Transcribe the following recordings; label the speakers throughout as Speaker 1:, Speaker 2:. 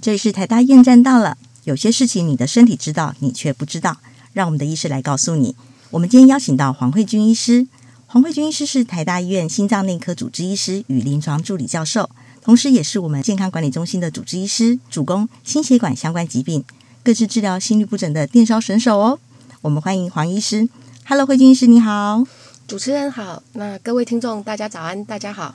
Speaker 1: 这是台大验证到了，有些事情你的身体知道，你却不知道，让我们的医师来告诉你。我们今天邀请到黄慧君医师，黄慧君医师是台大医院心脏内科主治医师与临床助理教授，同时也是我们健康管理中心的主治医师，主攻心血管相关疾病，更是治疗心律不整的电烧神手哦。我们欢迎黄医师。Hello，慧君医师你好，
Speaker 2: 主持人好，那各位听众大家早安，大家好。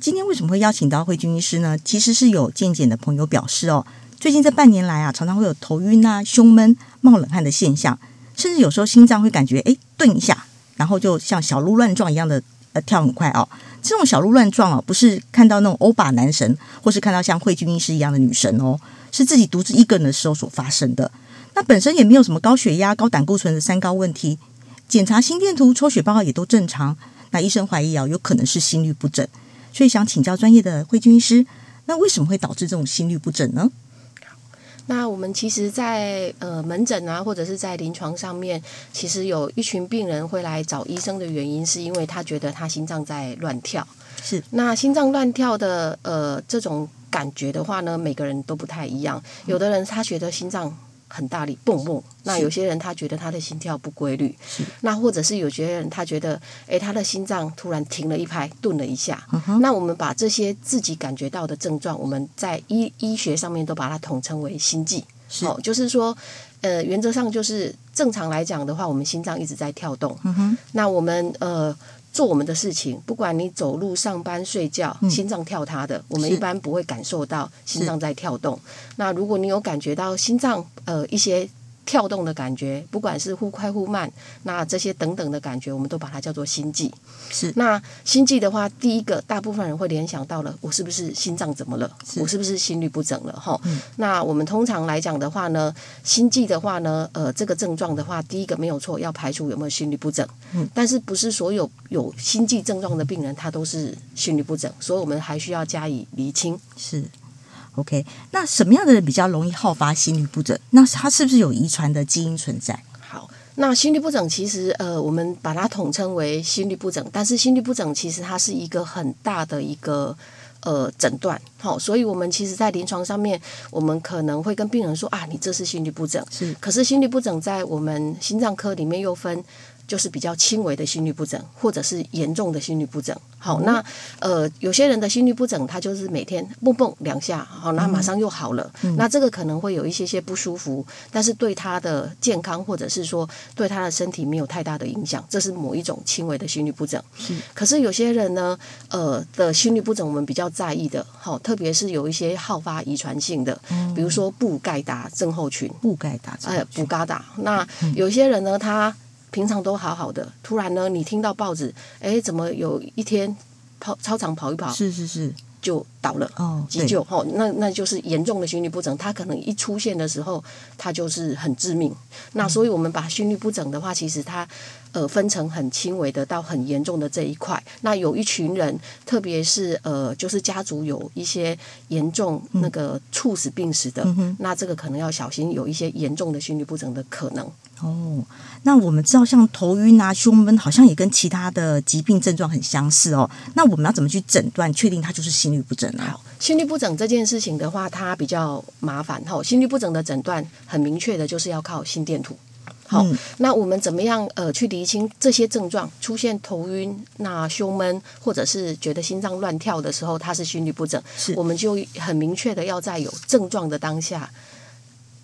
Speaker 1: 今天为什么会邀请到慧君医师呢？其实是有健检的朋友表示哦，最近这半年来啊，常常会有头晕啊、胸闷、冒冷汗的现象，甚至有时候心脏会感觉哎顿一下，然后就像小鹿乱撞一样的呃跳很快哦。这种小鹿乱撞哦，不是看到那种欧巴男神，或是看到像慧君医师一样的女神哦，是自己独自一个人的时候所发生的。那本身也没有什么高血压、高胆固醇的三高问题，检查心电图、抽血报告也都正常。那医生怀疑啊，有可能是心律不整。所以想请教专业的慧君医师，那为什么会导致这种心律不整呢？
Speaker 2: 那我们其实在，在呃门诊啊，或者是在临床上面，其实有一群病人会来找医生的原因，是因为他觉得他心脏在乱跳。
Speaker 1: 是
Speaker 2: 那心脏乱跳的呃这种感觉的话呢，每个人都不太一样。有的人他觉得心脏很大力蹦蹦，那有些人他觉得他的心跳不规律，那或者是有些人他觉得，诶，他的心脏突然停了一拍，顿了一下。那我们把这些自己感觉到的症状，我们在医医学上面都把它统称为心悸。
Speaker 1: 是
Speaker 2: 哦，就是说，呃，原则上就是正常来讲的话，我们心脏一直在跳动。嗯哼。那我们呃做我们的事情，不管你走路、上班、睡觉，心脏跳它的，我们
Speaker 1: 是
Speaker 2: 一般不会感受到心脏在跳动。那如果你有感觉到心脏呃一些跳动的感觉，不管是忽快忽慢，那这些等等的感觉，我们都把它叫做心悸。
Speaker 1: 是
Speaker 2: 那心悸的话，第一个大部分人会联想到了，我是不是心脏怎么了？我是不嗯是心律不整了？哈、那我们通常来讲的话呢，心悸的话呢，呃，这个症状的话，第一个没有错，要排除有没有心律不整。嗯、但是不是所有有心悸症状的病人他都是心律不整，所以我们还需要加以厘清。
Speaker 1: 是，OK。那什么样的人比较容易好发心律不整？那他是不是有遗传的基因存在？
Speaker 2: 好，那心律不整其实呃，我们把它统称为心律不整，但是心律不整其实它是一个很大的一个。呃，诊断好、所以我们其实，在临床上面，我们可能会跟病人说啊，你这是心律不整。
Speaker 1: 是
Speaker 2: 可是心律不整在我们心脏科里面又分，就是比较轻微的心律不整，或者是严重的心律不整。好，那呃，有些人的心律不整，他就是每天蹦蹦两下，好，那马上又好了。那这个可能会有一些些不舒服，但是对他的健康或者是说对他的身体没有太大的影响，这是某一种轻微的心律不整。可是有些人呢，呃的心律不整，我们比较在意的，好，特别是有一些好发遗传性的，比如说布盖达症候群，
Speaker 1: 不该打针。
Speaker 2: 呃，布嘎达。那有些人呢，他平常都好好的，突然呢，你听到报纸，哎，怎么有一天跑操场跑一跑
Speaker 1: 是是是，
Speaker 2: 就倒了？
Speaker 1: 哦，
Speaker 2: 急救哦，那那就是严重的心律不整，它可能一出现的时候，它就是很致命。那所以我们把心律不整的话，其实它呃分成很轻微的到很严重的这一块。那有一群人，特别是呃就是家族有一些严重那个猝死病史的，那这个可能要小心，有一些严重的心律不整的可能。
Speaker 1: 对哦。那我们知道，像头晕啊、胸闷，好像也跟其他的疾病症状很相似哦。那我们要怎么去诊断，确定它就是心律不整呢？
Speaker 2: 好，心律不整这件事情的话，它比较麻烦哈。心律不整的诊断很明确的，就是要靠心电图。好，那我们怎么样呃去厘清这些症状？出现头晕、那胸闷，或者是觉得心脏乱跳的时候，它是心律不整
Speaker 1: 是，
Speaker 2: 我们就很明确的要在有症状的当下，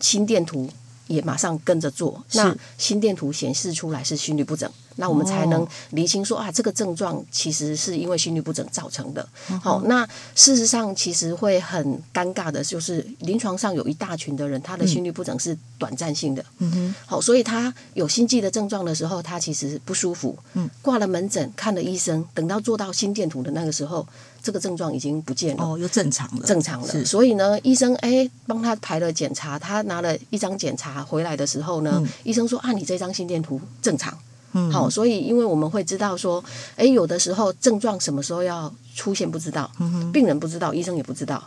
Speaker 2: 心电图也马上跟着做。那心电图显示出来是心律不整，那我们才能
Speaker 1: 哦
Speaker 2: 厘清说、啊，这个症状其实是因为心律不整造成的。
Speaker 1: 嗯
Speaker 2: 好、那事实上其实会很尴尬的，就是临床上有一大群的人，他的心律不整是短暂性的。
Speaker 1: 嗯
Speaker 2: 嗯
Speaker 1: 哼，
Speaker 2: 好，所以他有心悸的症状的时候，他其实不舒服。嗯，挂了门诊，看了医生，等到做到心电图的那个时候，这个症状已经不见了。
Speaker 1: 哦，又正常了，
Speaker 2: 正常了。
Speaker 1: 是
Speaker 2: 所以呢，医生哎帮他排了检查，他拿了一张检查回来的时候呢，医生说啊，你这张心电图正常。
Speaker 1: 嗯
Speaker 2: 好，所以因为我们会知道说，哎，有的时候症状什么时候要出现不知道，
Speaker 1: 嗯
Speaker 2: 病人不知道，医生也不知道，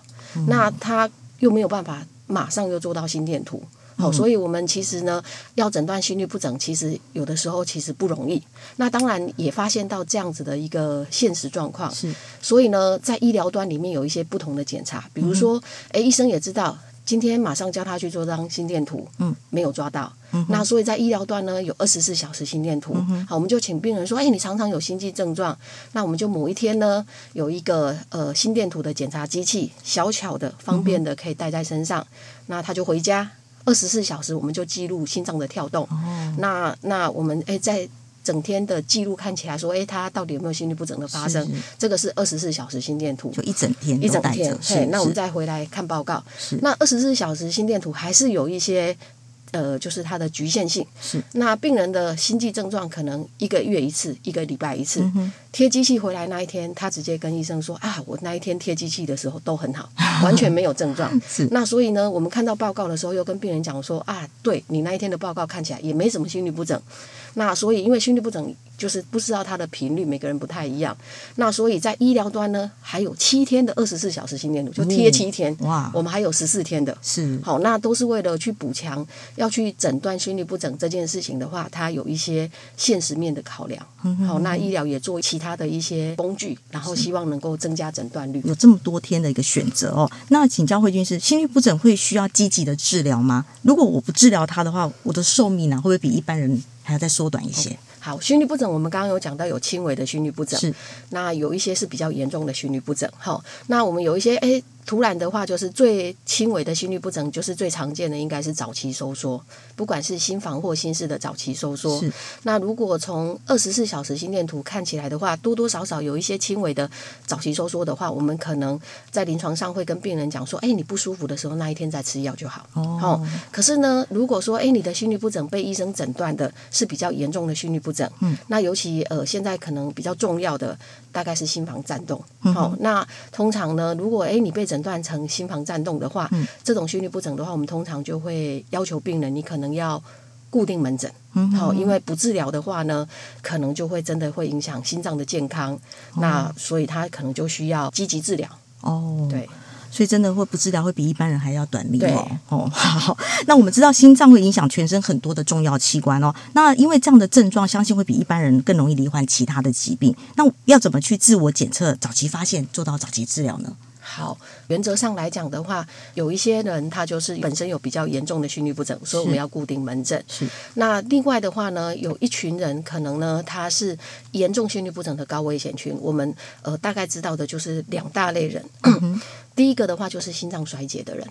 Speaker 2: 那他又没有办法马上又做到心电图。
Speaker 1: 嗯
Speaker 2: 好、所以我们其实呢，要诊断心律不整，其实有的时候其实不容易。那当然也发现到这样子的一个现实状况，
Speaker 1: 是
Speaker 2: 所以呢，在医疗端里面有一些不同的检查，
Speaker 1: 嗯
Speaker 2: 比如说，诶，医生也知道。今天马上叫他去做张心电图，
Speaker 1: 嗯，
Speaker 2: 没有抓到，嗯、那所以在医疗端呢有二十四小时心电
Speaker 1: 嗯
Speaker 2: 图，好，我们就请病人说，哎，你常常有心悸症状，那我们就某一天呢有一个呃心电图的检查机器，小巧的、方便
Speaker 1: 嗯
Speaker 2: 的，可以带在身上，那他就回家，二十四小时我们就记录心脏的跳动，
Speaker 1: 哦，
Speaker 2: 那那我们哎在整天的记录看起来说，哎，他到底有没有心律不整的发生？
Speaker 1: 是是
Speaker 2: 这个是二十四小时心电图，
Speaker 1: 就一整天
Speaker 2: 一
Speaker 1: 都
Speaker 2: 整
Speaker 1: 带
Speaker 2: 天
Speaker 1: 着，。是
Speaker 2: 嘿，那我们
Speaker 1: 是
Speaker 2: 再回来看报告。
Speaker 1: 是
Speaker 2: 那二十四小时心电图还是有一些。呃，就是它的局限性。
Speaker 1: 是
Speaker 2: 那病人的心悸症状可能一个月一次，一个礼拜一次。
Speaker 1: 嗯哼
Speaker 2: 贴机器回来那一天，他直接跟医生说啊，我那一天贴机器的时候都很好，完全没有症 状。
Speaker 1: 是
Speaker 2: 那所以呢，我们看到报告的时候，又跟病人讲说啊，对你那一天的报告看起来也没什么心律不整。那所以因为心律不整就是不知道它的频率，每个人不太一样。那所以在医疗端呢，还有七天的二十四小时心电图，就贴七天。
Speaker 1: 哇
Speaker 2: 我们还有十四天的。
Speaker 1: 是
Speaker 2: 好，那都是为了去补强，要去诊断心律不整这件事情的话，它有一些现实面的考量。
Speaker 1: 嗯
Speaker 2: 好，那医疗也做其他的一些工具，然后希望能够增加诊断率。
Speaker 1: 有这么多天的一个选择哦。那请教慧君是心律不整会需要积极的治疗吗？如果我不治疗它的话，我的寿命啊呢、会不会比一般人还要再缩短一些？
Speaker 2: 好，心律不整，我们刚刚有讲到有轻微的心律不整，
Speaker 1: 是
Speaker 2: 那有一些是比较严重的心律不整，哈。那我们有一些，哎，突然的话，就是最轻微的心律不整，就是最常见的应该是早期收缩，不管是心房或心室的早期收缩
Speaker 1: 是。
Speaker 2: 那如果从二十四小时心电图看起来的话，多多少少有一些轻微的早期收缩的话，我们可能在临床上会跟病人讲说，哎，你不舒服的时候那一天再吃药就好。
Speaker 1: 哦
Speaker 2: 好、可是呢，如果说哎你的心律不整被医生诊断的是比较严重的心律不整，
Speaker 1: 嗯，
Speaker 2: 那尤其呃现在可能比较重要的大概是心房颤动，
Speaker 1: 嗯
Speaker 2: 好、那通常呢，如果哎你被诊断成心房颤动的话，
Speaker 1: 嗯
Speaker 2: 这种心律不整的话，我们通常就会要求病人你可能要固定门诊。
Speaker 1: 嗯哼
Speaker 2: 好、因为不治疗的话呢，可能就会真的会影响心脏的健康，那所以他可能就需要积极治疗。
Speaker 1: 哦，
Speaker 2: 对，
Speaker 1: 所以真的会不治疗会比一般人还要短命哦
Speaker 2: 对。
Speaker 1: 哦， 好，那我们知道心脏会影响全身很多的重要器官哦。那因为这样的症状，相信会比一般人更容易罹患其他的疾病。那要怎么去自我检测、早期发现、做到早期治疗呢？
Speaker 2: 好，原则上来讲的话，有一些人他就是本身有比较严重的心律不整，所以我们要固定门诊。
Speaker 1: 是
Speaker 2: 那另外的话呢，有一群人可能呢他是严重心律不整的高危险群，我们呃大概知道的就是两大类人。第一个的话就是心脏衰竭的人，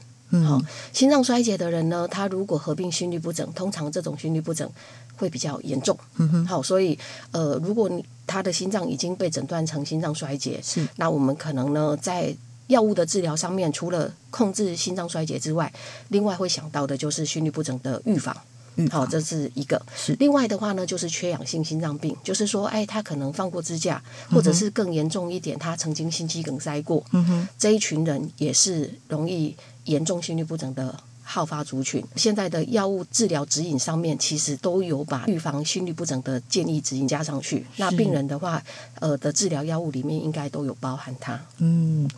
Speaker 2: 好、
Speaker 1: 嗯，
Speaker 2: 心脏衰竭的人呢，他如果合并心律不整，通常这种心律不整会比较严重。嗯哼，好，所以呃，如果你他的心脏已经被诊断成心脏衰竭，
Speaker 1: 是
Speaker 2: 那我们可能呢在药物的治疗上面，除了控制心脏衰竭之外，另外会想到的就是心律不整的预防。
Speaker 1: 预
Speaker 2: 好，
Speaker 1: 防
Speaker 2: 这是一个。
Speaker 1: 是
Speaker 2: 另外的话呢，就是缺氧性心脏病，就是说，哎，他可能放过支架，或者是更严重一点，他曾经心肌梗塞过。
Speaker 1: 嗯哼，
Speaker 2: 这一群人也是容易严重心律不整的好发族群。现在的药物治疗指引上面，其实都有把预防心律不整的建议指引加上去。那
Speaker 1: 是
Speaker 2: 病人的话，呃的治疗药物里面应该都有包含它。
Speaker 1: 嗯。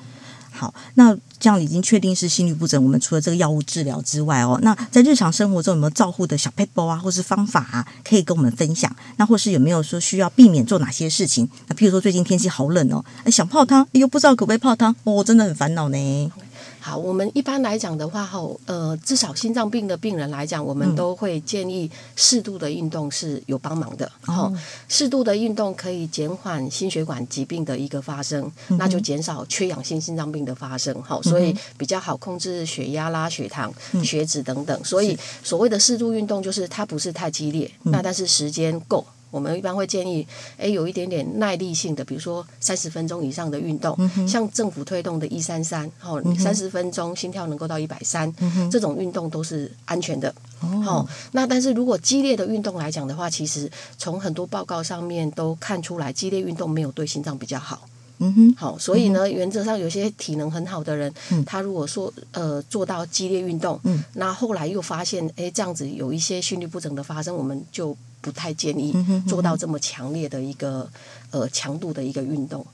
Speaker 1: 好，那这样已经确定是心律不整。我们除了这个药物治疗之外哦，那在日常生活中有没有照护的小 paper 啊，或是方法啊，可以跟我们分享？那或是有没有说需要避免做哪些事情？那譬如说最近天气好冷哦，哎想泡汤又不知道可不可以泡汤，哦，我真的很烦恼呢。
Speaker 2: 好，我们一般来讲的话，吼，呃，至少心脏病的病人来讲，我们都会建议适度的运动是有帮忙的。吼、适度的运动可以减缓心血管疾病的一个发生，那就减少缺氧性心脏病的发生。好，所以比较好控制血压啦、血糖、血脂等等。所以所谓的适度运动，就是它不是太激烈，那但是时间够。我们一般会建议，诶，有一点点耐力性的，比如说三十分钟以上的运动，像政府推动的一三三，哦，三十分钟心跳能够到一百三，
Speaker 1: 嗯
Speaker 2: 这种运动都是安全的。哦，那但是如果激烈的运动来讲的话，其实从很多报告上面都看出来，激烈运动没有对心脏比较好。
Speaker 1: 嗯哼，
Speaker 2: 好，所以呢，原则上有些体能很好的人，他如果说呃做到激烈运动，
Speaker 1: 嗯
Speaker 2: 那后来又发现，哎，这样子有一些心律不整的发生，我们就不太建议
Speaker 1: 嗯哼嗯哼
Speaker 2: 做到这么强烈的一个呃强度的一个运动。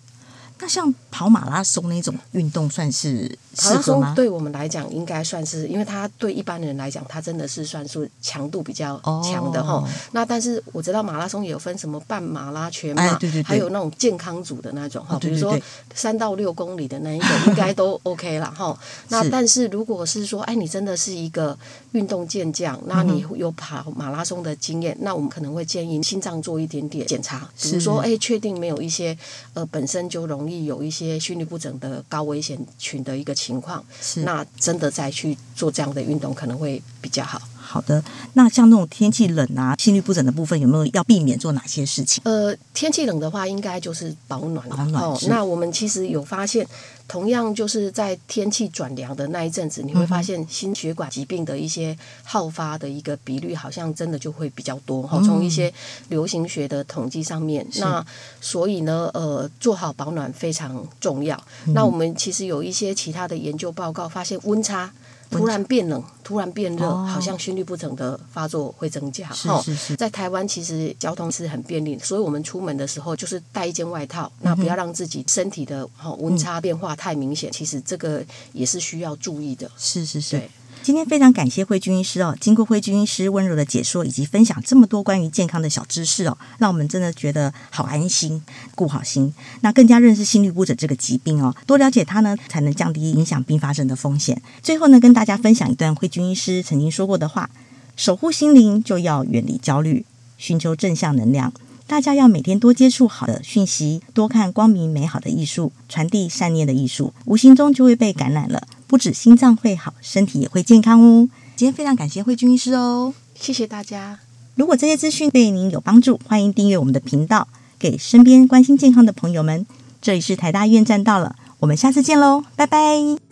Speaker 1: 那像跑马拉松那种运动算是
Speaker 2: 马
Speaker 1: 适
Speaker 2: 拉
Speaker 1: 合
Speaker 2: 松
Speaker 1: 吗？
Speaker 2: 对我们来讲，应该算是，因为它对一般人来讲，它真的是算是强度比较强的哈、
Speaker 1: 哦
Speaker 2: 那但是我知道马拉松也有分什么半马啦、全马，
Speaker 1: 哎对对对
Speaker 2: 还有那种健康组的那种哈、
Speaker 1: 哦对
Speaker 2: 比如说
Speaker 1: 对对
Speaker 2: 三到六公里的那一种，应该都 OK 啦哈。那但是如果是说，哎，你真的是一个运动健将，
Speaker 1: 嗯
Speaker 2: 那你有跑马拉松的经验，那我们可能会建议心脏做一点点检查，比如
Speaker 1: 是
Speaker 2: 说，哎，确定没有一些呃本身就容易有一些心律不整的高危险群的一个情况，
Speaker 1: 是
Speaker 2: 那真的再去做这样的运动可能会比较好。
Speaker 1: 好的。那像那种天气冷啊、心律不整的部分，有没有要避免做哪些事情？
Speaker 2: 呃，天气冷的话，应该就是保暖了
Speaker 1: 保暖
Speaker 2: 哦
Speaker 1: 是。
Speaker 2: 那我们其实有发现，同样就是在天气转凉的那一阵子，你
Speaker 1: 嗯
Speaker 2: 会发现心血管疾病的一些好发的一个比率，好像真的就会比较多
Speaker 1: 嗯
Speaker 2: 哈。从一些流行学的统计上面，那所以呢，呃，做好保暖非常重要。
Speaker 1: 嗯
Speaker 2: 那我们其实有一些其他的研究报告发现，温差。突然变冷，突然变热，
Speaker 1: 哦
Speaker 2: 好像心律不整的发作会增加。
Speaker 1: 是
Speaker 2: 哦
Speaker 1: 是是
Speaker 2: 在台湾其实交通是很便利，所以我们出门的时候就是带一件外套，那不要让自己身体的哦温差变化太明显。其实这个也是需要注意的。
Speaker 1: 是是是
Speaker 2: 对。
Speaker 1: 今天非常感谢慧君医师哦，经过慧君医师温柔的解说以及分享这么多关于健康的小知识哦，让我们真的觉得好安心，顾好心，那更加认识心律不整这个疾病哦，多了解它呢，才能降低影响并发症的风险。最后呢，跟大家分享一段慧君医师曾经说过的话：守护心灵就要远离焦虑，寻求正向能量。大家要每天多接触好的讯息，多看光明美好的艺术，传递善念的艺术，无形中就会被感染了。不止心脏会好，身体也会健康哦。今天非常感谢慧君医师哦。
Speaker 2: 谢谢大家。
Speaker 1: 如果这些资讯对您有帮助，欢迎订阅我们的频道，给身边关心健康的朋友们。这里是台大医院站到了，我们下次见喽，拜拜。